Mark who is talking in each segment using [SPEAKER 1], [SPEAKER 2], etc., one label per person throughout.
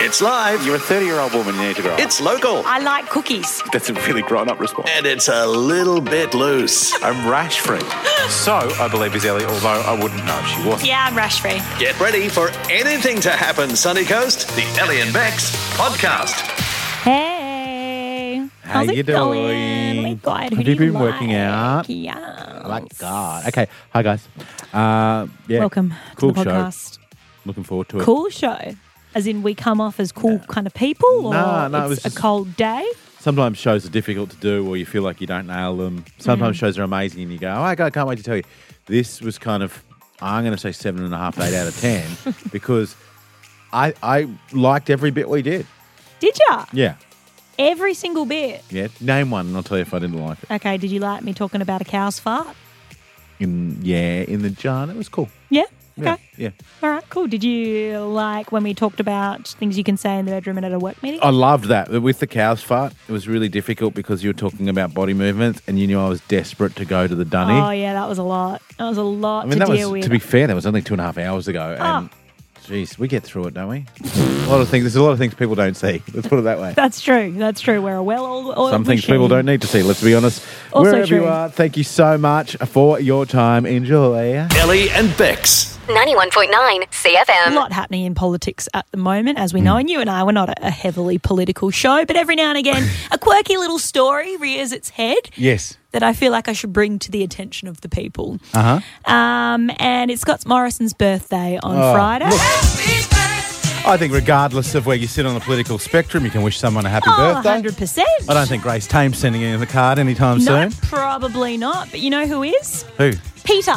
[SPEAKER 1] It's live.
[SPEAKER 2] You're a 30 year old woman, you need to grow up.
[SPEAKER 1] It's local.
[SPEAKER 3] I like cookies.
[SPEAKER 2] That's a really grown up response.
[SPEAKER 1] And it's a little bit loose.
[SPEAKER 2] I'm rash free. So, I believe is Ellie, although I wouldn't know if she wasn't.
[SPEAKER 3] Yeah, I'm rash free.
[SPEAKER 1] Get ready for anything to happen, Sunny Coast. The Ellie and Bex podcast.
[SPEAKER 3] Hey.
[SPEAKER 4] How
[SPEAKER 3] How's
[SPEAKER 4] you
[SPEAKER 3] it Going?
[SPEAKER 4] doing?
[SPEAKER 3] My God, who
[SPEAKER 4] Have
[SPEAKER 3] do
[SPEAKER 4] you
[SPEAKER 3] you
[SPEAKER 4] been
[SPEAKER 3] like?
[SPEAKER 4] working out?
[SPEAKER 3] Yeah.
[SPEAKER 4] Like God. Okay. Hi guys. Uh, yeah.
[SPEAKER 3] Welcome
[SPEAKER 4] Cool
[SPEAKER 3] to the
[SPEAKER 4] show.
[SPEAKER 3] podcast.
[SPEAKER 4] Looking forward to it.
[SPEAKER 3] Cool show. As in, we come off as cool kind of people, or
[SPEAKER 4] Nah, nah, it
[SPEAKER 3] it's
[SPEAKER 4] was
[SPEAKER 3] a
[SPEAKER 4] just-
[SPEAKER 3] cold day.
[SPEAKER 4] Sometimes shows are difficult to do, or you feel like you don't nail them.
[SPEAKER 3] Mm.
[SPEAKER 4] Sometimes shows are amazing, and you go, "Oh my God, I can't wait to tell you." This was kind of, I'm going to say seven and a half, eight out of ten, because I I liked every bit we did.
[SPEAKER 3] Did ya?
[SPEAKER 4] Yeah.
[SPEAKER 3] Every single bit.
[SPEAKER 4] Yeah. Name one, and I'll tell you if I didn't like it.
[SPEAKER 3] Okay, did you like me talking about a cow's fart?
[SPEAKER 4] In yeah, in the jar, it was cool.
[SPEAKER 3] Yeah. Okay.
[SPEAKER 4] Yeah. yeah.
[SPEAKER 3] All right, cool. Did you like when we talked about things you can say in the bedroom and at a work meeting?
[SPEAKER 4] I loved that. With the cow's fart, it was really difficult because you were talking about body movements and you knew I was desperate to go to the dunny.
[SPEAKER 3] Oh, yeah, that was a lot. That was a
[SPEAKER 4] I
[SPEAKER 3] lot
[SPEAKER 4] mean,
[SPEAKER 3] to
[SPEAKER 4] that was,
[SPEAKER 3] deal with. Ah.
[SPEAKER 4] to be fair, that was only two and a half hours ago. And, jeez, we get through it, don't we? a lot of things. There's a lot of things people don't see. Let's put it that way.
[SPEAKER 3] That's true. That's true. We're a well oiled
[SPEAKER 4] Some things people don't need to see, let's be honest.
[SPEAKER 3] Also
[SPEAKER 4] Wherever you
[SPEAKER 3] true.
[SPEAKER 4] are, thank you so much for your time. Enjoy.
[SPEAKER 1] Ellie and Bex.
[SPEAKER 5] 91.9
[SPEAKER 3] A
[SPEAKER 5] CFM.
[SPEAKER 3] lot happening in politics at the moment, as we know, and you and I, we're not a, a heavily political show, but every now and again, a quirky little story rears its head
[SPEAKER 4] Yes.
[SPEAKER 3] that I feel like I should bring to the attention of the people. Uh
[SPEAKER 4] Uh-huh.
[SPEAKER 3] huh. Um, and it's Scott Morrison's birthday on
[SPEAKER 4] Oh,
[SPEAKER 3] Friday.
[SPEAKER 4] I think, regardless of where you sit on the political spectrum, you can wish someone a happy
[SPEAKER 3] Oh,
[SPEAKER 4] birthday.
[SPEAKER 3] 100%.
[SPEAKER 4] I don't think Grace Tame's sending in the card anytime
[SPEAKER 3] No,
[SPEAKER 4] soon.
[SPEAKER 3] probably not. But you know who is?
[SPEAKER 4] Who?
[SPEAKER 3] Peter,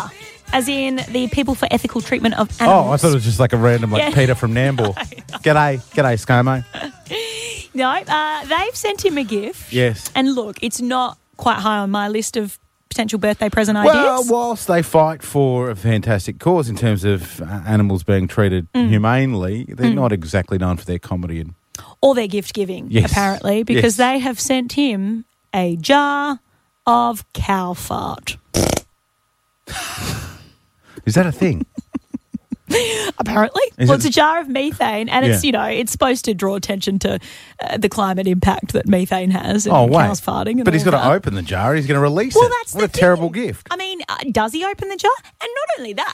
[SPEAKER 3] as in the People for Ethical Treatment of Animals.
[SPEAKER 4] Oh, I thought it was just like a random, like
[SPEAKER 3] Yeah.
[SPEAKER 4] Peter from Nambour. g'day, g'day, ScoMo.
[SPEAKER 3] No, uh, they've sent him a gift.
[SPEAKER 4] Yes.
[SPEAKER 3] And look, it's not quite high on my list of potential birthday present
[SPEAKER 4] Well,
[SPEAKER 3] ideas.
[SPEAKER 4] whilst they fight for a fantastic cause in terms of uh, animals being treated
[SPEAKER 3] Mm.
[SPEAKER 4] humanely, they're not exactly known for their comedy. And
[SPEAKER 3] Or their gift giving,
[SPEAKER 4] Yes.
[SPEAKER 3] apparently, because
[SPEAKER 4] Yes.
[SPEAKER 3] they have sent him a jar of cow fart.
[SPEAKER 4] is that a thing?
[SPEAKER 3] Apparently.
[SPEAKER 4] Is
[SPEAKER 3] well,
[SPEAKER 4] it-
[SPEAKER 3] it's a jar of methane, and it's,
[SPEAKER 4] Yeah.
[SPEAKER 3] you know, it's supposed to draw attention to uh, the climate impact that methane has and
[SPEAKER 4] oh, wait.
[SPEAKER 3] cows farting. And
[SPEAKER 4] but he's
[SPEAKER 3] all
[SPEAKER 4] got to
[SPEAKER 3] that.
[SPEAKER 4] open the jar. He's going to release
[SPEAKER 3] Well,
[SPEAKER 4] it.
[SPEAKER 3] that's
[SPEAKER 4] what a
[SPEAKER 3] the
[SPEAKER 4] terrible
[SPEAKER 3] thing.
[SPEAKER 4] gift.
[SPEAKER 3] I mean, uh, does he open the jar? And not only that,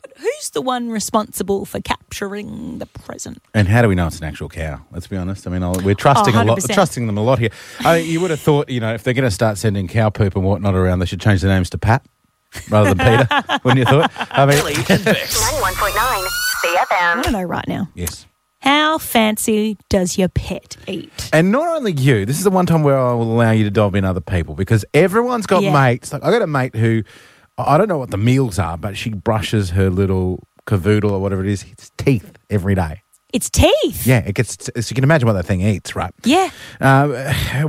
[SPEAKER 3] but who's the one responsible for capturing the present?
[SPEAKER 4] And how do we know it's an actual cow? Let's be honest. I mean, I'll,
[SPEAKER 3] Oh,
[SPEAKER 4] we're trusting a lot,
[SPEAKER 3] 100%.
[SPEAKER 4] trusting them a lot here. I mean, you would have thought, you know, if they're going to start sending cow poop and whatnot around, they should change their names to Pat rather than Peter. wouldn't you thought? I
[SPEAKER 1] Ellie
[SPEAKER 4] mean,
[SPEAKER 1] and Bex.
[SPEAKER 5] 91.9
[SPEAKER 3] I
[SPEAKER 5] CFM.
[SPEAKER 3] don't know right now.
[SPEAKER 4] yes.
[SPEAKER 3] How fancy does your pet eat?
[SPEAKER 4] And not only you, this is the one time where I will allow you to dive in other people because everyone's got
[SPEAKER 3] Yeah.
[SPEAKER 4] mates. Like I got a mate who I I don't know what the meals are, but she brushes her little cavoodle or whatever it is, its teeth every day.
[SPEAKER 3] It's teeth.
[SPEAKER 4] Yeah, it gets. So you can imagine what that thing eats, right?
[SPEAKER 3] Yeah.
[SPEAKER 4] Uh,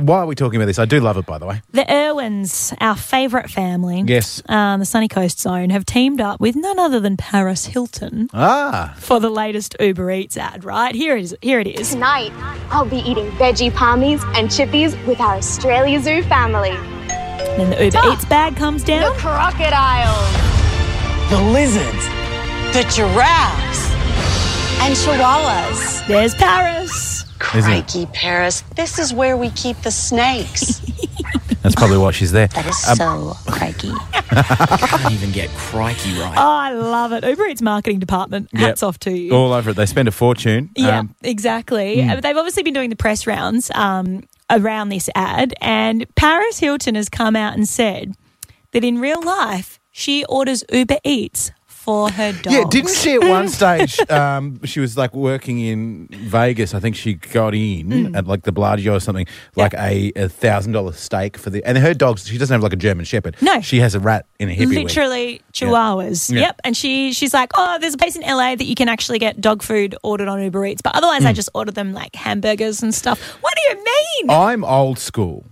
[SPEAKER 4] why are we talking about this? I do love it, by the way.
[SPEAKER 3] The Irwins, our favourite family,
[SPEAKER 4] Yes.
[SPEAKER 3] um, the Sunny Coast Zone, have teamed up with none other than Paris Hilton
[SPEAKER 4] Ah,
[SPEAKER 3] for the latest Uber Eats ad. Right here it is. Here it is.
[SPEAKER 6] Tonight, I'll be eating veggie palmies and chippies with our Australia Zoo family.
[SPEAKER 3] And then the Uber Eats bag comes down.
[SPEAKER 6] crocodiles.
[SPEAKER 7] the lizards, the giraffes.
[SPEAKER 6] And chihuahuas.
[SPEAKER 3] There's Paris.
[SPEAKER 4] Isn't it?
[SPEAKER 7] Crikey, Paris, this is where we keep the snakes.
[SPEAKER 4] that's probably why she's there.
[SPEAKER 7] that is so crikey.
[SPEAKER 8] can't even get crikey right.
[SPEAKER 3] Oh, I love it. Uber Eats marketing department. Hats
[SPEAKER 4] Yep.
[SPEAKER 3] off to you.
[SPEAKER 4] All over it. They spend a fortune.
[SPEAKER 3] Yeah,
[SPEAKER 4] Um,
[SPEAKER 3] exactly. Uh, They've obviously been doing the press rounds um, around this ad, and Paris Hilton has come out and said that in real life she orders Uber Eats for her dogs.
[SPEAKER 4] Yeah, didn't she at one stage? Um, she was like working in Vegas. I think she got in
[SPEAKER 3] Hmm.
[SPEAKER 4] at like the Bellagio or something, like a a thousand dollar steak for the. And her dogs. She doesn't have like a German Shepherd.
[SPEAKER 3] No.
[SPEAKER 4] she has a rat in a hippie. wig.
[SPEAKER 3] Literally chihuahuas.
[SPEAKER 4] Yeah.
[SPEAKER 3] Yep. And she she's like, oh, there's a place in LA that you can actually get dog food ordered on Uber Eats, but otherwise
[SPEAKER 4] Hmm.
[SPEAKER 3] I just order them like hamburgers and stuff. What do you mean?
[SPEAKER 4] I'm old school.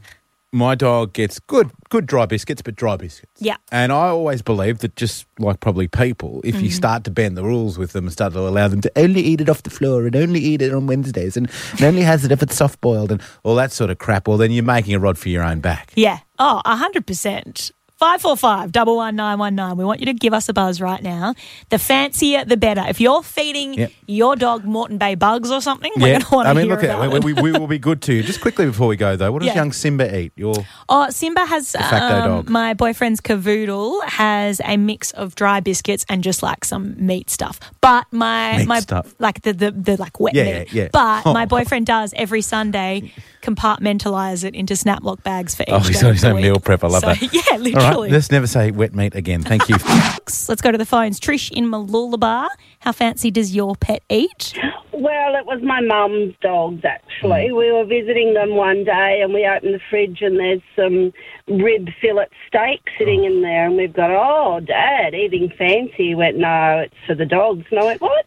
[SPEAKER 4] My dog gets good, good dry biscuits, but dry biscuits.
[SPEAKER 3] Yeah.
[SPEAKER 4] And I always believe that just like probably people, if
[SPEAKER 3] Mm.
[SPEAKER 4] you start to bend the rules with them and start to allow them to only eat it off the floor and only eat it on Wednesdays and, and only has it if it's soft boiled and all that sort of crap, well, then you're making a rod for your own back.
[SPEAKER 3] Yeah. Oh, 100%. 545 11919. We want you to give us a buzz right now. The fancier, the better. If you're feeding
[SPEAKER 4] Yep.
[SPEAKER 3] your dog Moreton Bay bugs or something, we're going to want to
[SPEAKER 4] I mean,
[SPEAKER 3] hear
[SPEAKER 4] look at
[SPEAKER 3] about
[SPEAKER 4] it.
[SPEAKER 3] it.
[SPEAKER 4] We, we, we will be good to you. Just quickly before we go, though, what does
[SPEAKER 3] Yeah.
[SPEAKER 4] young Simba eat? Your
[SPEAKER 3] Oh, Simba has
[SPEAKER 4] facto
[SPEAKER 3] um,
[SPEAKER 4] dog.
[SPEAKER 3] my boyfriend's cavoodle has a mix of dry biscuits and just like some meat stuff. But my
[SPEAKER 4] Meat
[SPEAKER 3] my
[SPEAKER 4] stuff.
[SPEAKER 3] like the, the the like wet
[SPEAKER 4] Yeah,
[SPEAKER 3] meat.
[SPEAKER 4] yeah, yeah.
[SPEAKER 3] But
[SPEAKER 4] Oh.
[SPEAKER 3] my boyfriend does every Sunday compartmentalize it into snap lock bags for each. day
[SPEAKER 4] Oh, he's
[SPEAKER 3] of
[SPEAKER 4] he's
[SPEAKER 3] the
[SPEAKER 4] a
[SPEAKER 3] week.
[SPEAKER 4] meal prep. I love
[SPEAKER 3] So,
[SPEAKER 4] that.
[SPEAKER 3] Yeah,
[SPEAKER 4] All right,
[SPEAKER 3] literally.
[SPEAKER 4] let's never say wet meat again. Thank you.
[SPEAKER 3] Let's go to the phones. Trish in Malulabar. How fancy does your pet eat?
[SPEAKER 9] Well, it was my mum's dogs
[SPEAKER 4] Mm.
[SPEAKER 9] actually. We were visiting them one day and we opened the fridge and there's some rib fillet steak
[SPEAKER 4] Oh.
[SPEAKER 9] sitting in there and we've got, oh, Dad, eating fancy. He went, no, it's for the dogs. And I went, what?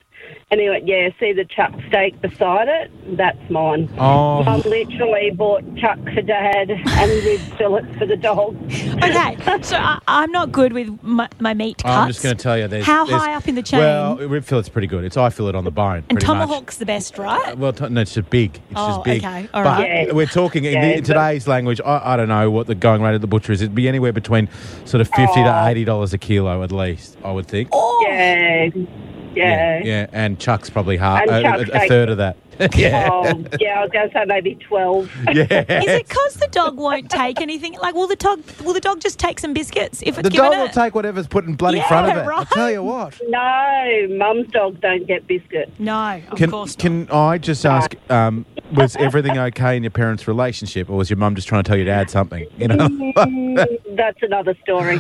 [SPEAKER 9] And he went, yeah, see the chuck steak beside it? That's mine.
[SPEAKER 4] Oh.
[SPEAKER 9] Mum literally bought chuck for Dad and rib fillet for the dogs.
[SPEAKER 3] Okay, so I, I'm not good with my, my meat cuts.
[SPEAKER 4] I'm just going to tell you. There's,
[SPEAKER 3] how
[SPEAKER 4] there's-
[SPEAKER 3] high up in the chain.
[SPEAKER 4] Well, rib fillet's pretty good. It's I fillet on the bone.
[SPEAKER 3] and
[SPEAKER 4] pretty much.
[SPEAKER 3] tomahawk's the best, right?
[SPEAKER 4] Well, t- no, it's just big. It's
[SPEAKER 3] Oh,
[SPEAKER 4] just big.
[SPEAKER 3] okay. All
[SPEAKER 4] but
[SPEAKER 3] right.
[SPEAKER 9] Yeah.
[SPEAKER 4] we're talking in,
[SPEAKER 9] Yeah,
[SPEAKER 4] the,
[SPEAKER 9] but-
[SPEAKER 4] today's language. I, I don't know what the going rate of the butcher is. It'd be anywhere between sort of fifty
[SPEAKER 9] Oh.
[SPEAKER 4] to eighty dollars a kilo at least. I would think.
[SPEAKER 3] Oh,
[SPEAKER 9] Yeah.
[SPEAKER 4] yeah,
[SPEAKER 9] Yeah.
[SPEAKER 4] yeah. And Chuck's probably half
[SPEAKER 9] And
[SPEAKER 4] a,
[SPEAKER 9] Chuck's
[SPEAKER 4] a, a
[SPEAKER 9] like-
[SPEAKER 4] third of that. yeah,
[SPEAKER 9] Oh, yeah, I was going to say maybe 12.
[SPEAKER 4] yeah.
[SPEAKER 3] Is it because the dog won't take anything? Like, will the dog will the dog just take some biscuits if it's
[SPEAKER 4] The
[SPEAKER 3] given
[SPEAKER 4] dog
[SPEAKER 3] it?
[SPEAKER 4] will take whatever's put in bloody front of
[SPEAKER 3] Yeah,
[SPEAKER 4] it. I
[SPEAKER 3] right.
[SPEAKER 4] tell you what.
[SPEAKER 9] No, mum's dogs don't get biscuits.
[SPEAKER 3] no, of
[SPEAKER 4] Can
[SPEAKER 3] course not.
[SPEAKER 4] can I just ask? Um, was everything okay in your parents' relationship, or was your mum just trying to tell you to add something? You know.
[SPEAKER 9] That's another story.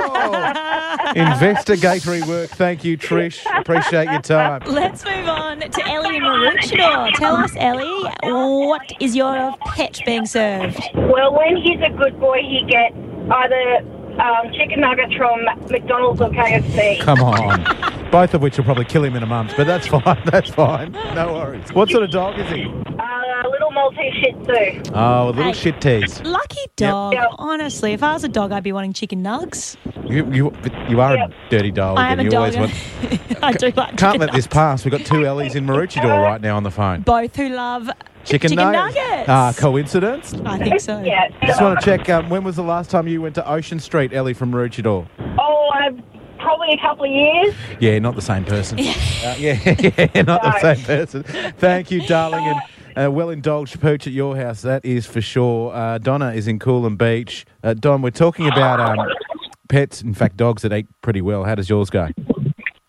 [SPEAKER 4] Oh! Investigatory work. Thank you, Trish. Appreciate your time.
[SPEAKER 3] Let's move on to Ellie in Maroochydore. Tell us, Ellie, what is your pet being served?
[SPEAKER 10] Well, when he's a good boy, he gets either um, chicken nuggets from McDonald's or KFC.
[SPEAKER 4] Come on. Both of which will probably kill him in a month, but that's fine. That's fine. No worries. What sort of dog is he?
[SPEAKER 10] Uh, little Maltese Shih Tzu.
[SPEAKER 4] Oh, a little
[SPEAKER 3] Hey.
[SPEAKER 4] shit tease.
[SPEAKER 3] Lucky dog.
[SPEAKER 10] Yep.
[SPEAKER 3] Honestly, if I was a dog, I'd be wanting chicken nugs.
[SPEAKER 4] You, you, you are
[SPEAKER 10] Yep.
[SPEAKER 4] a dirty dog,
[SPEAKER 3] I am
[SPEAKER 4] and
[SPEAKER 3] a
[SPEAKER 4] you
[SPEAKER 3] dog.
[SPEAKER 4] always want.
[SPEAKER 3] I do like
[SPEAKER 4] Can't
[SPEAKER 3] chicken
[SPEAKER 4] let this
[SPEAKER 3] nugs.
[SPEAKER 4] pass. We've got two Ellies in Maroochydore right now on the phone.
[SPEAKER 3] Both who love
[SPEAKER 4] Chicken,
[SPEAKER 3] nuggets.
[SPEAKER 4] Ah, coincidence?
[SPEAKER 3] I think so.
[SPEAKER 10] Yeah.
[SPEAKER 4] Just want to check. Um, when was the last time you went to Ocean Street, Ellie from Maroochydore?
[SPEAKER 10] Oh, I've probably a couple of years.
[SPEAKER 4] Yeah, not the same person. Yeah, uh, yeah, yeah, not the same person. Thank you, darling, and uh, well indulged pooch at your house. That is for sure. Uh, Donna is in Coolum Beach. Uh, Don, we're talking about um, pets. In fact, dogs that eat pretty well. How does yours go?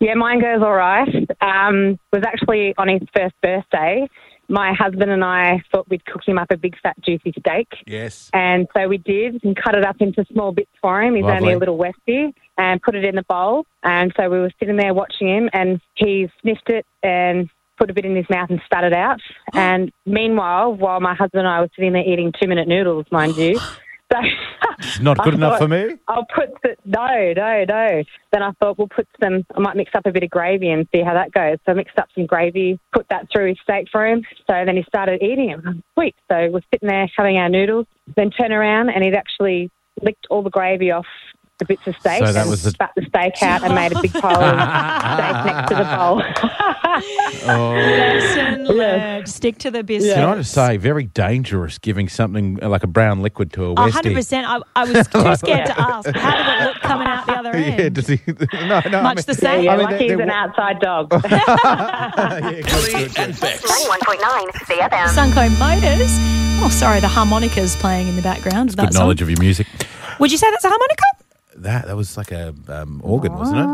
[SPEAKER 11] Yeah, mine goes all right. Um, was actually on his first birthday. My husband and I thought we'd cook him up a big fat juicy steak.
[SPEAKER 4] Yes.
[SPEAKER 11] And so we did and cut it up into small bits for him. He's
[SPEAKER 4] Lovely.
[SPEAKER 11] only a little westie and put it in the bowl. And so we were sitting there watching him and he sniffed it and put a bit in his mouth and spat it out. and meanwhile, while my husband and I were sitting there eating two minute noodles, mind you. So
[SPEAKER 4] It's not good
[SPEAKER 11] I
[SPEAKER 4] enough
[SPEAKER 11] thought-
[SPEAKER 4] for me.
[SPEAKER 11] I'll put the, no, no, no. Then I thought we'll put some. I might mix up a bit of gravy and see how that goes. So I mixed up some gravy, put that through his steak for him. So then he started eating it. I'm, Sweet. So we're sitting there having our noodles. Then turn around and he'd actually licked all the gravy off the bits of steak.
[SPEAKER 4] So that
[SPEAKER 11] and
[SPEAKER 4] was the-
[SPEAKER 11] spat the steak out and made a big pile of steak next to the bowl.
[SPEAKER 4] Oh.
[SPEAKER 3] Lesson learned. Stick to the biscuits.
[SPEAKER 4] Can I just say, very dangerous giving something uh, like a brown liquid to a
[SPEAKER 3] A
[SPEAKER 4] Westie.
[SPEAKER 3] Oh, hundred percent. I, I was too scared to ask. How did it look coming out the other end?
[SPEAKER 4] Yeah, does he? No, no. I
[SPEAKER 3] Much
[SPEAKER 4] mean-
[SPEAKER 3] the same.
[SPEAKER 11] yeah,
[SPEAKER 4] I mean,
[SPEAKER 11] lucky
[SPEAKER 4] they-
[SPEAKER 11] he's
[SPEAKER 4] they-
[SPEAKER 11] an outside dog.
[SPEAKER 4] yeah, good, good, good.
[SPEAKER 1] and Bex.
[SPEAKER 6] 91.9 CFM.
[SPEAKER 3] Sunco Motors. Oh, sorry, the harmonica's playing in the background. of that
[SPEAKER 4] Good
[SPEAKER 3] song.
[SPEAKER 4] knowledge of your music.
[SPEAKER 3] Would you say that's a harmonica?
[SPEAKER 4] That that was like a um, organ, wasn't it?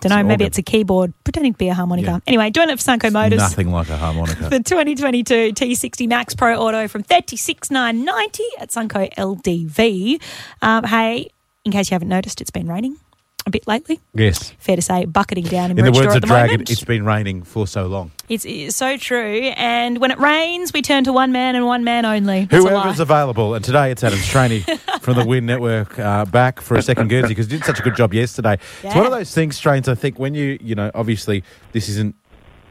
[SPEAKER 3] Don't know.
[SPEAKER 4] an
[SPEAKER 3] Maybe
[SPEAKER 4] organ.
[SPEAKER 3] it's a keyboard pretending to be a harmonica.
[SPEAKER 4] Yeah.
[SPEAKER 3] Anyway, doing it for Sunco Motors.
[SPEAKER 4] Nothing like a harmonica.
[SPEAKER 3] The 2022 T60 Max Pro Auto from 36990 at Sunco LDV. Um, hey, in case you haven't noticed, it's been raining a bit lately.
[SPEAKER 4] yes.
[SPEAKER 3] Fair to say, bucketing down in,
[SPEAKER 4] In the
[SPEAKER 3] Maroochydore
[SPEAKER 4] words
[SPEAKER 3] at
[SPEAKER 4] of
[SPEAKER 3] the
[SPEAKER 4] Dragon,
[SPEAKER 3] moment.
[SPEAKER 4] it's been raining for so long.
[SPEAKER 3] It's, it's so true. And when it rains, we turn to one man and one man only. That's a
[SPEAKER 4] Whoever's
[SPEAKER 3] lie.
[SPEAKER 4] available, and today it's Adam Straney from the Win Network uh, back for a second Guernsey because he did such a good job yesterday. It's one of
[SPEAKER 3] Yeah.
[SPEAKER 4] those things, Strains. I think when you, you know, obviously this isn't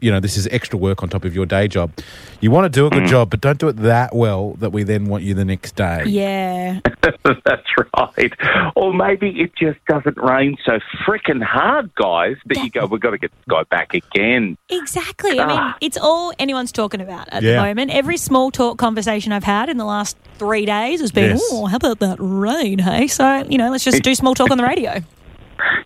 [SPEAKER 4] you know, this is extra work on top of your day job. You want to do a good job, but don't do it that well that we then want you the next day.
[SPEAKER 3] Yeah.
[SPEAKER 12] That's right. Or maybe it just doesn't rain so frickin' hard, guys, that you go, we've got to get this guy back again.
[SPEAKER 3] Exactly. I mean, it's all anyone's talking about at
[SPEAKER 12] Yeah.
[SPEAKER 3] the moment. Every small talk conversation I've had in the last three days has been,
[SPEAKER 12] Yes.
[SPEAKER 3] oh, how about that rain, hey? So, you know, let's just do small talk on the radio.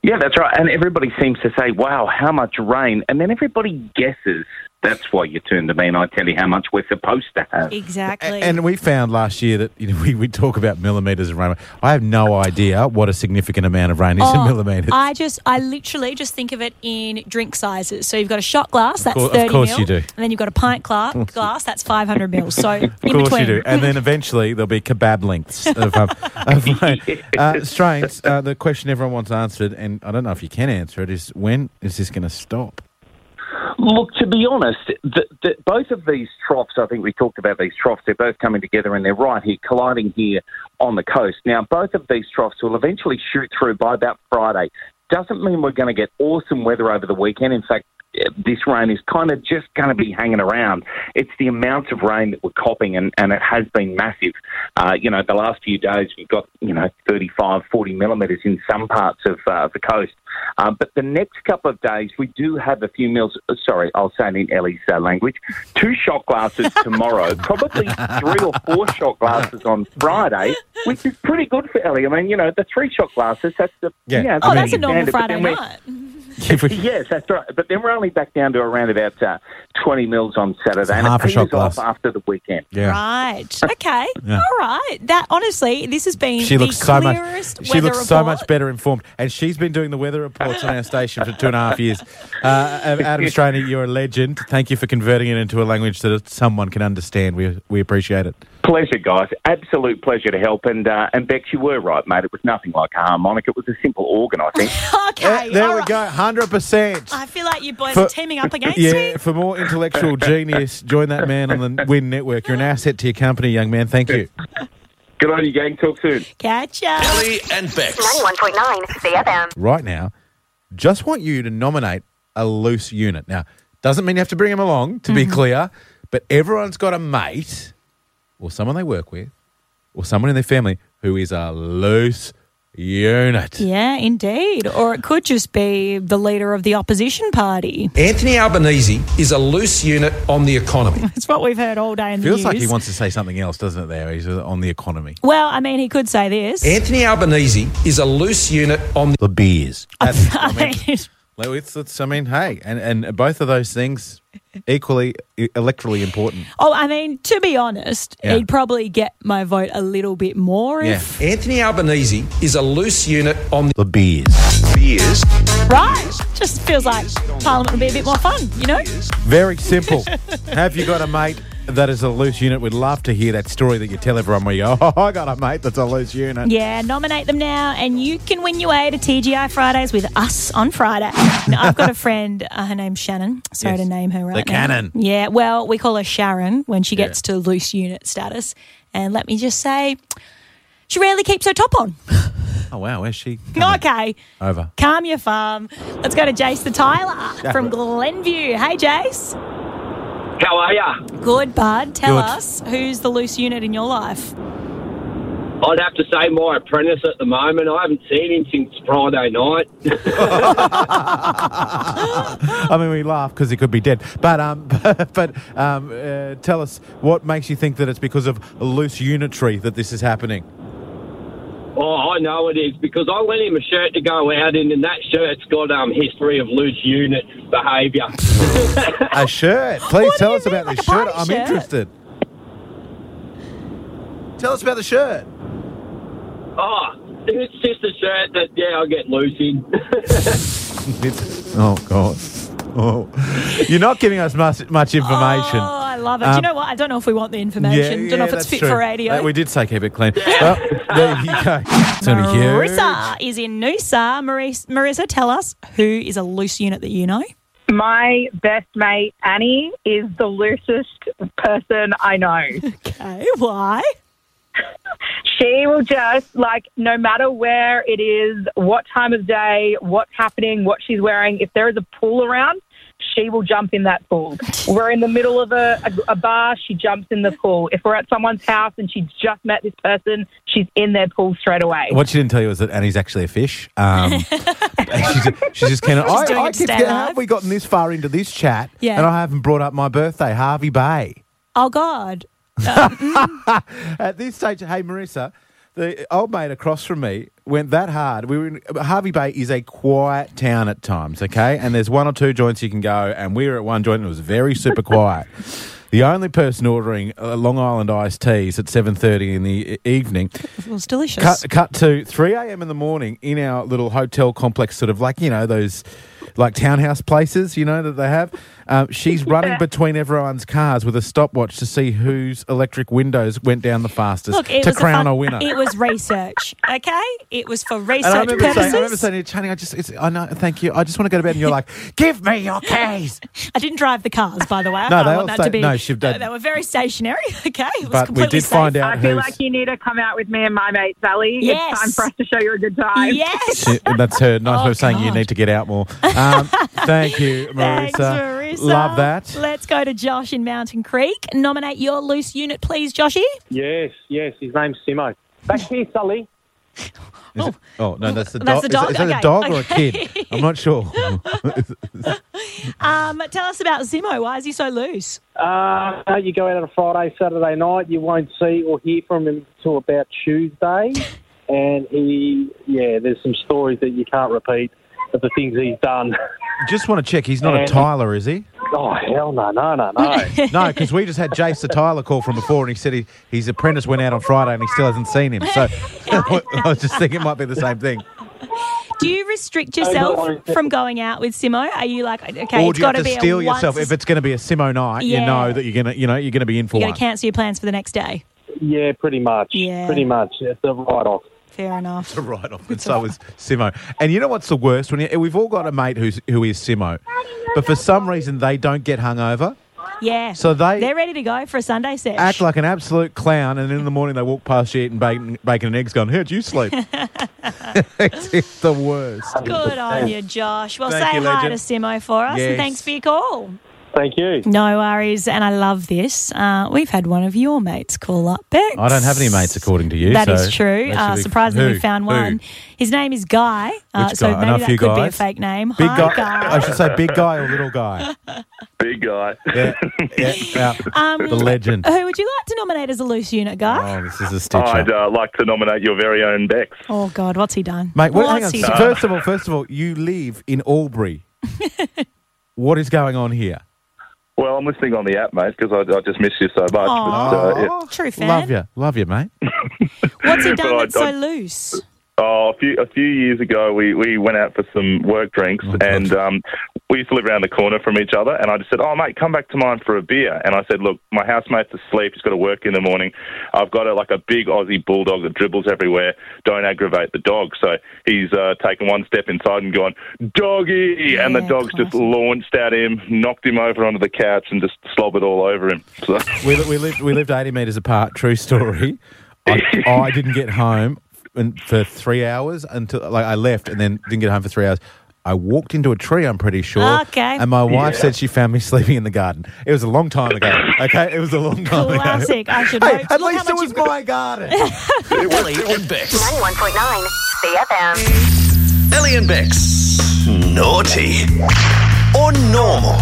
[SPEAKER 12] Yeah, that's right. And everybody seems to say, wow, how much rain? And then everybody guesses. That's why you turn to me and I tell you how much we're supposed to have.
[SPEAKER 3] Exactly.
[SPEAKER 4] And we found last year that you know, we, we talk about millimetres of rain. I have no idea what a significant amount of rain is
[SPEAKER 3] Oh,
[SPEAKER 4] in millimetres.
[SPEAKER 3] I just, I literally just think of it in drink sizes. So you've got a shot glass, that's
[SPEAKER 4] cour- of
[SPEAKER 3] 30
[SPEAKER 4] course
[SPEAKER 3] mil.
[SPEAKER 4] you do.
[SPEAKER 3] And then you've got a pint gla-
[SPEAKER 4] course you
[SPEAKER 3] glass, that's 500 mil. So in
[SPEAKER 4] Of course
[SPEAKER 3] between.
[SPEAKER 4] you do. And then eventually there'll be kebab lengths of, um, of rain. Uh, Strains, uh, the question everyone wants answered, and I don't know if you can answer it, is when is this going to stop?
[SPEAKER 12] Look, to be honest, the, the, both of these troughs, I think we talked about these troughs, they're both coming together and they're right here, colliding here on the coast. Now, both of these troughs will eventually shoot through by about Friday. Doesn't mean we're going to get awesome weather over the weekend. In fact, eh, this rain is kind of just going to be hanging around. It's the amount of rain that we're copping, and, and it has been massive. Uh, you know, the last few days we've got, you know, 35, 40 millimetres in some parts of uh, the coast. Uh, but the next couple of days, we do have a few meals. uh, Sorry, I'll say it in Ellie's uh, language. Two shot glasses tomorrow, probably three or four shot glasses on Friday, which is pretty good for Ellie. I mean, you know, the three shot glasses, that's the.
[SPEAKER 4] Yeah.
[SPEAKER 12] you know,
[SPEAKER 4] Oh,
[SPEAKER 12] the
[SPEAKER 4] that's a normal
[SPEAKER 12] standard, but then
[SPEAKER 4] Friday
[SPEAKER 12] we're-
[SPEAKER 4] yes,
[SPEAKER 12] that's right. But then we're only back down to around about uh, 20 mils on Saturday. and
[SPEAKER 4] half a
[SPEAKER 12] it
[SPEAKER 4] shot
[SPEAKER 12] peters off
[SPEAKER 4] glass.
[SPEAKER 12] after the weekend.
[SPEAKER 3] Right. Okay.
[SPEAKER 4] Yeah.
[SPEAKER 3] All right. That honestly, this has been
[SPEAKER 4] She
[SPEAKER 3] the
[SPEAKER 4] looks so much.
[SPEAKER 3] clearest
[SPEAKER 4] She
[SPEAKER 3] weather
[SPEAKER 4] looks so
[SPEAKER 3] report.
[SPEAKER 4] much better informed, and she's been doing the weather reports on our station for two and a half years. Uh, Adam Strainer, you're a legend. Thank you for converting it into a language that someone can understand. We we appreciate it.
[SPEAKER 12] Pleasure, guys. Absolute pleasure to help. And, uh, and Bex, you were right, mate. It was nothing like a harmonic. It was a simple organ, I think.
[SPEAKER 3] Okay.
[SPEAKER 4] Eh, there
[SPEAKER 3] all
[SPEAKER 4] we
[SPEAKER 3] right.
[SPEAKER 4] go. Hundred percent.
[SPEAKER 3] I feel like you boys
[SPEAKER 4] For-
[SPEAKER 3] are teaming up against
[SPEAKER 4] yeah,
[SPEAKER 3] me.
[SPEAKER 4] for more intellectual genius, join that man on the Win Network. You're an asset to your company, young man. Thank you.
[SPEAKER 12] Good on you, gang. Talk soon.
[SPEAKER 3] Catch ya.
[SPEAKER 1] Ellie and Bex.
[SPEAKER 13] 91.9 CFM.
[SPEAKER 4] Right now, just want you to nominate a loose unit. Now, doesn't mean you have to bring him along, to be clear, but everyone's got a mate or someone they work with or someone in their family who is a loose unit.
[SPEAKER 3] Yeah, indeed. Or it could just be the leader of the opposition party.
[SPEAKER 14] Anthony Albanese is a loose unit on the economy.
[SPEAKER 3] It's what we've heard all day in
[SPEAKER 4] Feels
[SPEAKER 3] the news.
[SPEAKER 4] like he wants to say something else, doesn't it? There, he's uh, on the economy.
[SPEAKER 3] well, I mean, he could say this.
[SPEAKER 14] Anthony Albanese is a loose unit on the
[SPEAKER 4] beers.
[SPEAKER 3] I mean,
[SPEAKER 4] Well, it's, it's, I mean, hey, and, and both of those things equally e- electorally important.
[SPEAKER 3] oh, I mean, to be honest,
[SPEAKER 4] Yeah.
[SPEAKER 3] he'd probably get my vote a little bit more if.
[SPEAKER 14] Anthony Albanese is a loose unit on
[SPEAKER 4] the beers.
[SPEAKER 14] Beers.
[SPEAKER 3] Right? Just feels like Parliament would be a bit more fun, you know?
[SPEAKER 4] Very simple. Have you got a mate that is a loose unit? We'd love to hear that story that you tell everyone where you go, oh, I got a mate that's a loose unit.
[SPEAKER 3] Yeah, nominate them now, and you can win your way to TGI Fridays with us on Friday. Now, I've got a friend, uh, her name's Shannon. Sorry
[SPEAKER 4] Yes.
[SPEAKER 3] to name her right
[SPEAKER 4] The
[SPEAKER 3] now.
[SPEAKER 4] Cannon.
[SPEAKER 3] Yeah, well, we call her Sharon when she
[SPEAKER 4] Yeah.
[SPEAKER 3] gets to loose unit status. And let me just say, she rarely keeps her top on.
[SPEAKER 4] Oh, wow, where's she?
[SPEAKER 3] okay,
[SPEAKER 4] Over.
[SPEAKER 3] calm your farm. Let's go to Jace the Tyler from Glenview. Hey, Jace.
[SPEAKER 15] How are ya?
[SPEAKER 3] Good, bud. Tell
[SPEAKER 15] Good.
[SPEAKER 3] us who's the loose unit in your life.
[SPEAKER 15] I'd have to say my apprentice at the moment. I haven't seen him since Friday night.
[SPEAKER 4] I mean, we laugh because he could be dead. But um, but um, uh, tell us what makes you think that it's because of loose unitary that this is happening.
[SPEAKER 15] oh, I know it is because I lent him a shirt to go out in, and that shirt's got um history of loose unit behaviour.
[SPEAKER 4] A shirt. Please tell us about this shirt. I'm
[SPEAKER 15] shirt?
[SPEAKER 4] interested. Tell us about the shirt.
[SPEAKER 15] oh, it's just a shirt that yeah, I get loose in.
[SPEAKER 4] It's- oh God. Oh, you're not giving us much, much information.
[SPEAKER 3] Oh, I love it. Do you
[SPEAKER 4] Um,
[SPEAKER 3] know what? I don't know if we want the information. don't know if it's
[SPEAKER 4] that's
[SPEAKER 3] fit
[SPEAKER 4] true.
[SPEAKER 3] for radio.
[SPEAKER 4] Uh, we did say keep it clean. Well, there you go. It's gonna be huge.
[SPEAKER 3] Marissa is in Noosa. Maris- Marissa, tell us who is a loose unit that you know.
[SPEAKER 16] My best mate, Annie, is the loosest person I know.
[SPEAKER 3] okay, why?
[SPEAKER 16] She will just, like, no matter where it is, what time of day, what's happening, what she's wearing, if there is a pool around,
[SPEAKER 11] she will jump in that pool. we're in the middle of a, a, a bar, she jumps in the pool. If we're at someone's house and she's just met this person, she's in their pool straight away.
[SPEAKER 4] What she didn't tell you was that Annie's actually a fish. Um, she's, she's just kind of.
[SPEAKER 11] She's
[SPEAKER 4] I,
[SPEAKER 11] doing
[SPEAKER 4] I
[SPEAKER 11] it to
[SPEAKER 4] keep
[SPEAKER 11] stay
[SPEAKER 4] getting- how
[SPEAKER 11] alive."
[SPEAKER 4] have we gotten this far into this chat?
[SPEAKER 3] Yeah.
[SPEAKER 4] And I haven't brought up my birthday, Harvey Bay.
[SPEAKER 3] Oh, God.
[SPEAKER 4] At this stage, hey Marissa, the old mate across from me went that hard. We were in, Harvey Bay is a quiet town at times, okay? And there's one or two joints you can go, and we were at one joint and it was very super quiet. The only person ordering uh, Long Island iced teas at seven thirty in the e- evening.
[SPEAKER 3] It was delicious.
[SPEAKER 4] Cut, cut to 3 a.m. in the morning in our little hotel complex, sort of like, you know, those like townhouse places, you know, that they have. Um, she's running between everyone's cars with a stopwatch to see whose electric windows went down the fastest
[SPEAKER 3] Look, it
[SPEAKER 4] to
[SPEAKER 3] was
[SPEAKER 4] crown
[SPEAKER 3] a, fun-
[SPEAKER 4] a winner.
[SPEAKER 3] It was research, okay? It was for
[SPEAKER 4] and I
[SPEAKER 3] research
[SPEAKER 4] remember, saying, I remember
[SPEAKER 3] purposes.
[SPEAKER 4] saying, to you, Channing, I just, it's, I know, thank you. I just want to go to bed. And you're like, give me your keys.
[SPEAKER 3] I didn't drive the cars, by the way. I
[SPEAKER 4] No,
[SPEAKER 3] don't
[SPEAKER 4] they
[SPEAKER 3] want
[SPEAKER 4] all
[SPEAKER 3] that to
[SPEAKER 4] stayed-
[SPEAKER 3] be.
[SPEAKER 4] no, she
[SPEAKER 3] they,
[SPEAKER 4] did.
[SPEAKER 3] were very stationary. Okay, it was
[SPEAKER 4] But we
[SPEAKER 3] completely
[SPEAKER 4] did
[SPEAKER 3] safe.
[SPEAKER 4] find out
[SPEAKER 11] I feel
[SPEAKER 4] who's-
[SPEAKER 11] like you need to come out with me and my mate Sally.
[SPEAKER 3] Yes.
[SPEAKER 11] It's time for us to show you a good time.
[SPEAKER 3] Yes.
[SPEAKER 4] She- that's her nice
[SPEAKER 11] Oh,
[SPEAKER 4] way of saying you
[SPEAKER 11] God.
[SPEAKER 4] need to get out more. Um, thank you, Marissa.
[SPEAKER 3] Thanks, Marissa.
[SPEAKER 4] Love that.
[SPEAKER 3] Let's go to Josh in Mountain Creek. Nominate your loose unit, please, Joshy.
[SPEAKER 9] Yes, yes. His name's Simo. Back here, Sully.
[SPEAKER 4] Oh no, that's the
[SPEAKER 3] That's
[SPEAKER 4] dog. Is, it-
[SPEAKER 3] the dog?
[SPEAKER 4] is that
[SPEAKER 3] Okay,
[SPEAKER 4] a dog or a
[SPEAKER 3] okay.
[SPEAKER 4] kid? I'm not sure.
[SPEAKER 3] Um, tell us about Zimo. Why is he so loose?
[SPEAKER 9] Uh, you go out on a Friday, Saturday night. You won't see or hear from him until about Tuesday. and he, yeah, there's some stories that you can't repeat of the things he's done.
[SPEAKER 4] just want to check. He's not a
[SPEAKER 9] And-
[SPEAKER 4] Tyler, is he?
[SPEAKER 9] Oh hell no, no, no, no.
[SPEAKER 4] no, because we just had Jace the Tyler call from before, and he said he, his apprentice went out on Friday, and he still hasn't seen him. So I was just thinking it might be the same thing.
[SPEAKER 3] Do you restrict
[SPEAKER 4] Oh, no,
[SPEAKER 3] yourself
[SPEAKER 4] I-
[SPEAKER 3] from going out with Simo? Are you like, okay,
[SPEAKER 4] or
[SPEAKER 3] it's
[SPEAKER 4] do you
[SPEAKER 3] got
[SPEAKER 4] have to
[SPEAKER 3] be
[SPEAKER 4] steel
[SPEAKER 3] a
[SPEAKER 4] yourself
[SPEAKER 3] once-
[SPEAKER 4] if it's going to be a Simo night?
[SPEAKER 3] Yeah.
[SPEAKER 4] You know that you're gonna, you know, you're gonna be in for
[SPEAKER 3] you're going
[SPEAKER 4] one.
[SPEAKER 3] to cancel your plans for the next day.
[SPEAKER 9] yeah, pretty much.
[SPEAKER 3] Yeah.
[SPEAKER 9] Pretty much. It's a write off.
[SPEAKER 3] Fair enough.
[SPEAKER 4] It's a write off. And so is Simo. And you know what's the worst? When you, we've all got a mate who's who is Simo, but for some reason they don't get hungover.
[SPEAKER 3] Yeah.
[SPEAKER 4] So they-
[SPEAKER 3] they're ready to go for a Sunday sesh.
[SPEAKER 4] act like an absolute clown, and in the morning they walk past you eating bacon, bacon and eggs, going, "How'd you sleep?" it's the worst.
[SPEAKER 3] Good on you, Josh. Well,
[SPEAKER 4] Thank
[SPEAKER 3] say
[SPEAKER 4] you,
[SPEAKER 3] hi to
[SPEAKER 4] legend.
[SPEAKER 3] Simo for us, and
[SPEAKER 4] Yes.
[SPEAKER 3] thanks for your call.
[SPEAKER 9] Thank you.
[SPEAKER 3] No worries, and I love this. Uh, we've had one of your mates call up, Bex.
[SPEAKER 4] I don't have any mates, according to you.
[SPEAKER 3] That
[SPEAKER 4] so
[SPEAKER 3] is true.
[SPEAKER 4] that
[SPEAKER 3] Uh,
[SPEAKER 4] should be-
[SPEAKER 3] surprisingly, we
[SPEAKER 4] Who?
[SPEAKER 3] found
[SPEAKER 4] Who?
[SPEAKER 3] one. His name is Guy, uh,
[SPEAKER 4] Which
[SPEAKER 3] so
[SPEAKER 4] guy? I know a
[SPEAKER 3] maybe that
[SPEAKER 4] few
[SPEAKER 3] could be a
[SPEAKER 4] guys.
[SPEAKER 3] fake name.
[SPEAKER 4] Big
[SPEAKER 3] Hi,
[SPEAKER 4] guy.
[SPEAKER 3] Guy.
[SPEAKER 4] I should say big guy or little guy.
[SPEAKER 12] Big guy.
[SPEAKER 4] Yeah, yeah, yeah.
[SPEAKER 3] Um,
[SPEAKER 4] the legend.
[SPEAKER 3] Who would you like to nominate as a loose unit, Guy?
[SPEAKER 4] Oh, this is a stitch
[SPEAKER 12] I'd uh, like to nominate your very own Bex.
[SPEAKER 3] Oh, God, what's he done?
[SPEAKER 4] Mate, what, hang
[SPEAKER 3] What's
[SPEAKER 4] on.
[SPEAKER 3] he done?
[SPEAKER 4] First of all, first of all, you live in Albury. what is going on here?
[SPEAKER 12] Well, I'm listening on the app, mate, because I, I just miss you so much. But, uh,
[SPEAKER 4] Aw.
[SPEAKER 12] yeah.
[SPEAKER 3] True fan.
[SPEAKER 4] Love you, love you, mate.
[SPEAKER 3] What's he
[SPEAKER 9] Oh,
[SPEAKER 12] But
[SPEAKER 3] done
[SPEAKER 12] I-
[SPEAKER 3] that's so
[SPEAKER 12] I-
[SPEAKER 3] loose?
[SPEAKER 12] Oh, a few a few years ago, we, we went out for some work drinks, and um, we used to live around the corner from each other. And I just said, "Oh, mate, come back to mine for a beer." And I said, "Look, my housemate's asleep. He's got to work in the morning. I've got a, like a big Aussie bulldog that dribbles everywhere. Don't aggravate the dog." So he's uh, taken one step inside and gone, "Doggy!" and the dog's just launched at him, knocked him over onto the couch, and just slobbered all over him. So.
[SPEAKER 4] we, li- we lived we lived eighty meters apart. True story. I, I didn't get home and for three hours until like I left and then didn't get home for three hours. I walked into a tree. I'm pretty sure.
[SPEAKER 3] Okay.
[SPEAKER 4] And my wife
[SPEAKER 3] Yeah.
[SPEAKER 4] said she found me sleeping in the garden. It was a long time ago. Okay, it was a long time ago.
[SPEAKER 3] Classic. I should
[SPEAKER 4] Oh, Hey,
[SPEAKER 3] hope.
[SPEAKER 4] at
[SPEAKER 3] Look
[SPEAKER 4] least
[SPEAKER 3] how
[SPEAKER 4] it
[SPEAKER 3] much
[SPEAKER 4] was
[SPEAKER 3] you've-
[SPEAKER 4] my garden.
[SPEAKER 12] Ellie and Bex.
[SPEAKER 6] 91.9 CFM.
[SPEAKER 1] Ellie and Bex. Naughty or normal?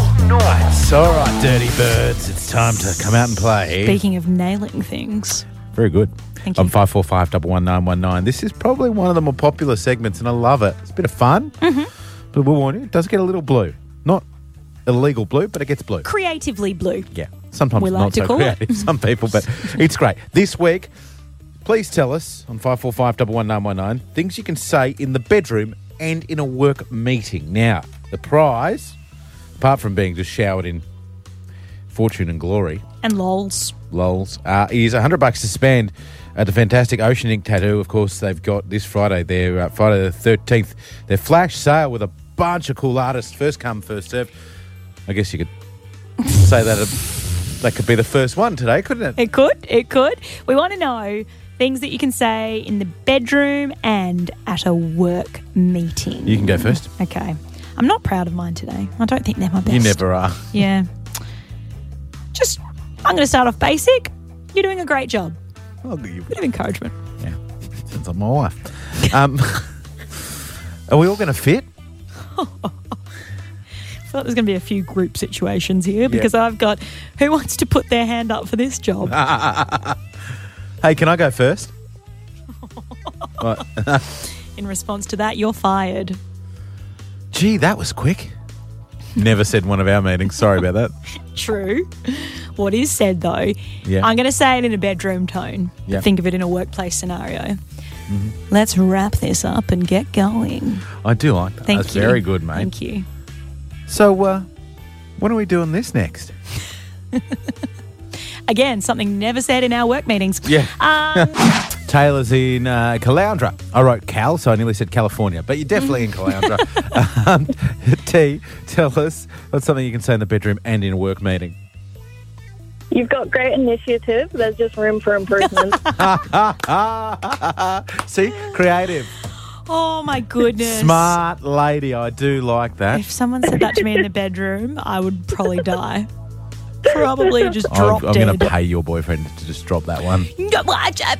[SPEAKER 4] It's all right, dirty birds. It's time to come out and play.
[SPEAKER 3] Speaking of nailing things,
[SPEAKER 4] Very good.
[SPEAKER 3] Thank
[SPEAKER 4] I'm five four five double one nine one nine. This is probably one of the more popular segments, and I love it. It's a bit of fun,
[SPEAKER 3] Mm-hmm.
[SPEAKER 4] but we'll warn you, it does get a little blue. Not illegal blue, but it gets blue.
[SPEAKER 3] creatively blue.
[SPEAKER 4] Yeah, sometimes
[SPEAKER 3] We
[SPEAKER 4] it's
[SPEAKER 3] like
[SPEAKER 4] not
[SPEAKER 3] to
[SPEAKER 4] so
[SPEAKER 3] call it.
[SPEAKER 4] creative. Some people, but it's great. This week, please tell us on five four five double one nine one nine things you can say in the bedroom and in a work meeting. Now, the prize, apart from being just showered in fortune and glory,
[SPEAKER 3] and lols.
[SPEAKER 4] lols. Uh, it is 100 bucks to spend at the fantastic Ocean Ink Tattoo. Of course, they've got this Friday, their uh, Friday the 13th, their flash sale with a bunch of cool artists. First come, first served. I guess you could say that uh, that could be the first one today, couldn't it?
[SPEAKER 3] It could. It could. We want to know things that you can say in the bedroom and at a work meeting.
[SPEAKER 4] You can go first.
[SPEAKER 3] Okay. I'm not proud of mine today. I don't think they're my best.
[SPEAKER 4] You never are.
[SPEAKER 3] Yeah. Just, I'm going to start off basic. You're doing a great job.
[SPEAKER 4] I'll give you a
[SPEAKER 3] bit of encouragement.
[SPEAKER 4] Yeah. Sounds like my wife. Um, are we all going to fit?
[SPEAKER 3] I thought there's going to be a few group situations here because I've got who wants to put their hand up for this job?
[SPEAKER 4] Ah. hey, can I go first? Right.
[SPEAKER 3] In response to that, you're fired.
[SPEAKER 4] Gee, that was quick. Never said one of our meetings. Sorry about that.
[SPEAKER 3] True. What is said though,
[SPEAKER 4] Yeah.
[SPEAKER 3] I'm going to say it in a bedroom tone. but
[SPEAKER 4] Yeah. Mm-hmm.
[SPEAKER 3] Think of it in a workplace scenario. Let's wrap this up and get going.
[SPEAKER 4] I do like that.
[SPEAKER 3] Thank
[SPEAKER 4] That's
[SPEAKER 3] you.
[SPEAKER 4] very good, mate.
[SPEAKER 3] Thank you.
[SPEAKER 4] So, uh, when are we doing this next?
[SPEAKER 3] Again, something never said in our work meetings.
[SPEAKER 4] Yeah.
[SPEAKER 3] Um,
[SPEAKER 4] Taylor's in uh, Caloundra. I wrote Cal, so I nearly said California, but you're definitely in
[SPEAKER 3] Mm.
[SPEAKER 4] Caloundra. um, T, tell us what's something you can say in the bedroom and in a work meeting.
[SPEAKER 17] You've got great initiative. There's just room for improvement.
[SPEAKER 4] See, creative,
[SPEAKER 3] oh my goodness.
[SPEAKER 4] smart lady. I do like that.
[SPEAKER 3] If someone said that to me in the bedroom, I would probably die. Probably just
[SPEAKER 4] I'm,
[SPEAKER 3] drop
[SPEAKER 4] I'm
[SPEAKER 3] dead.
[SPEAKER 4] going to pay your boyfriend to just drop that one.
[SPEAKER 3] No, well, I- I-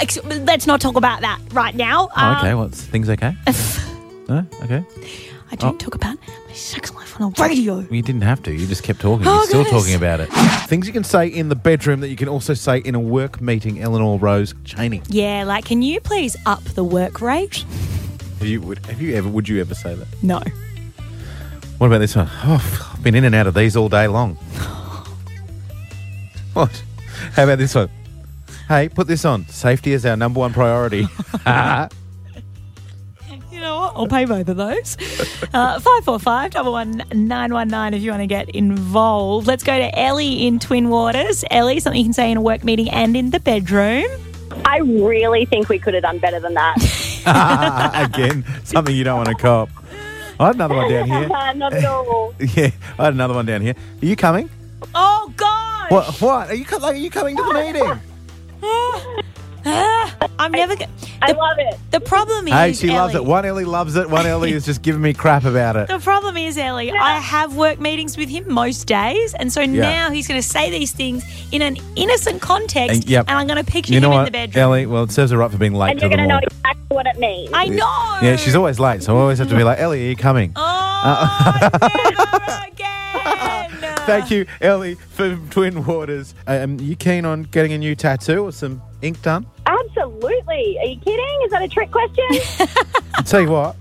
[SPEAKER 3] ex- let's not talk about that right now.
[SPEAKER 4] Oh, okay,
[SPEAKER 3] Um,
[SPEAKER 4] what's things okay? no, okay.
[SPEAKER 3] I don't
[SPEAKER 4] Oh.
[SPEAKER 3] talk about my sex life on a radio.
[SPEAKER 4] You didn't have to. You just kept talking.
[SPEAKER 3] Oh,
[SPEAKER 4] You're still
[SPEAKER 3] goodness.
[SPEAKER 4] talking about it. Things you can say in the bedroom that you can also say in a work meeting. Eleanor Rose Cheney.
[SPEAKER 3] Yeah, like, can you please up the work rate?
[SPEAKER 4] Have you would have you ever would you ever say that?
[SPEAKER 3] No.
[SPEAKER 4] What about this one? Oh, I've been in and out of these all day long. what? How about this one? Hey, put this on. Safety is our number one priority.
[SPEAKER 3] You know what? I'll pay both of those. Uh, 545 919 if you want to get involved. Let's go to Ellie in Twin Waters. Ellie, something you can say in a work meeting and in the bedroom.
[SPEAKER 18] I really think we could have done better than that.
[SPEAKER 4] Again, something you don't want to cop. I had another one down here.
[SPEAKER 18] Uh, Not at all.
[SPEAKER 4] Yeah, I had another one down here. Are you coming?
[SPEAKER 3] Oh, God!
[SPEAKER 4] What? What? Are you co- like? Are you coming to the meeting?
[SPEAKER 3] Ah, I'm never. Go- I love
[SPEAKER 18] it.
[SPEAKER 3] The problem is,
[SPEAKER 4] Hey, she loves it.
[SPEAKER 3] Ellie-
[SPEAKER 4] One Ellie loves it. One Ellie is just giving me crap about it.
[SPEAKER 3] The problem is, Ellie, I have work meetings with him most days, and so
[SPEAKER 4] Yeah.
[SPEAKER 3] now he's going to say these things in an innocent context,
[SPEAKER 4] And- yep.
[SPEAKER 3] and I'm going to picture
[SPEAKER 4] You know
[SPEAKER 3] him
[SPEAKER 4] what,
[SPEAKER 3] in the bedroom.
[SPEAKER 4] Ellie? Well, it serves her right for being late
[SPEAKER 3] And
[SPEAKER 4] to
[SPEAKER 3] you're
[SPEAKER 4] the
[SPEAKER 3] gonna know
[SPEAKER 4] mall.
[SPEAKER 18] Exactly what it means.
[SPEAKER 3] I know.
[SPEAKER 4] Yeah, she's always late, so I always have to be like, Ellie, are you coming?
[SPEAKER 18] Oh.
[SPEAKER 3] Oh,
[SPEAKER 4] Thank you, Ellie, from Twin Waters. Um, you keen on getting a new tattoo or some ink done?
[SPEAKER 18] Absolutely. Are you kidding? Is that a trick question?
[SPEAKER 4] I'll tell you what,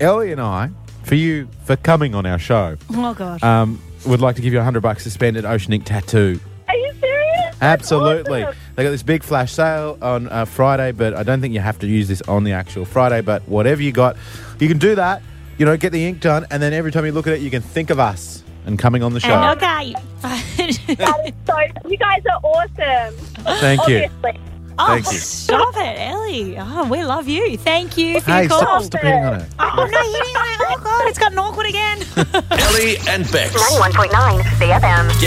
[SPEAKER 4] Ellie and I, for you for coming on our show,
[SPEAKER 3] Oh God.
[SPEAKER 4] um, would like to give you a hundred bucks to spend at Ocean Ink Tattoo.
[SPEAKER 18] Are you serious?
[SPEAKER 4] Absolutely.
[SPEAKER 18] awesome.
[SPEAKER 4] They got this big flash sale on uh, Friday, but I don't think you have to use this on the actual Friday. But whatever you got, you can do that. You know, get the ink done, and then every time you look at it, you can think of us and coming on the show.
[SPEAKER 3] And okay.
[SPEAKER 18] that is so. You guys are awesome.
[SPEAKER 4] Thank you.
[SPEAKER 18] Obviously.
[SPEAKER 3] Oh,
[SPEAKER 4] Thank you.
[SPEAKER 3] stop it, Ellie. Oh, we love you. Thank you for
[SPEAKER 4] Hey,
[SPEAKER 3] your call.
[SPEAKER 4] stop stepping on it.
[SPEAKER 3] Oh, no, hitting on it. Oh, God, it's gotten awkward again.
[SPEAKER 1] Ellie and Bex.
[SPEAKER 13] 91.9 CFM.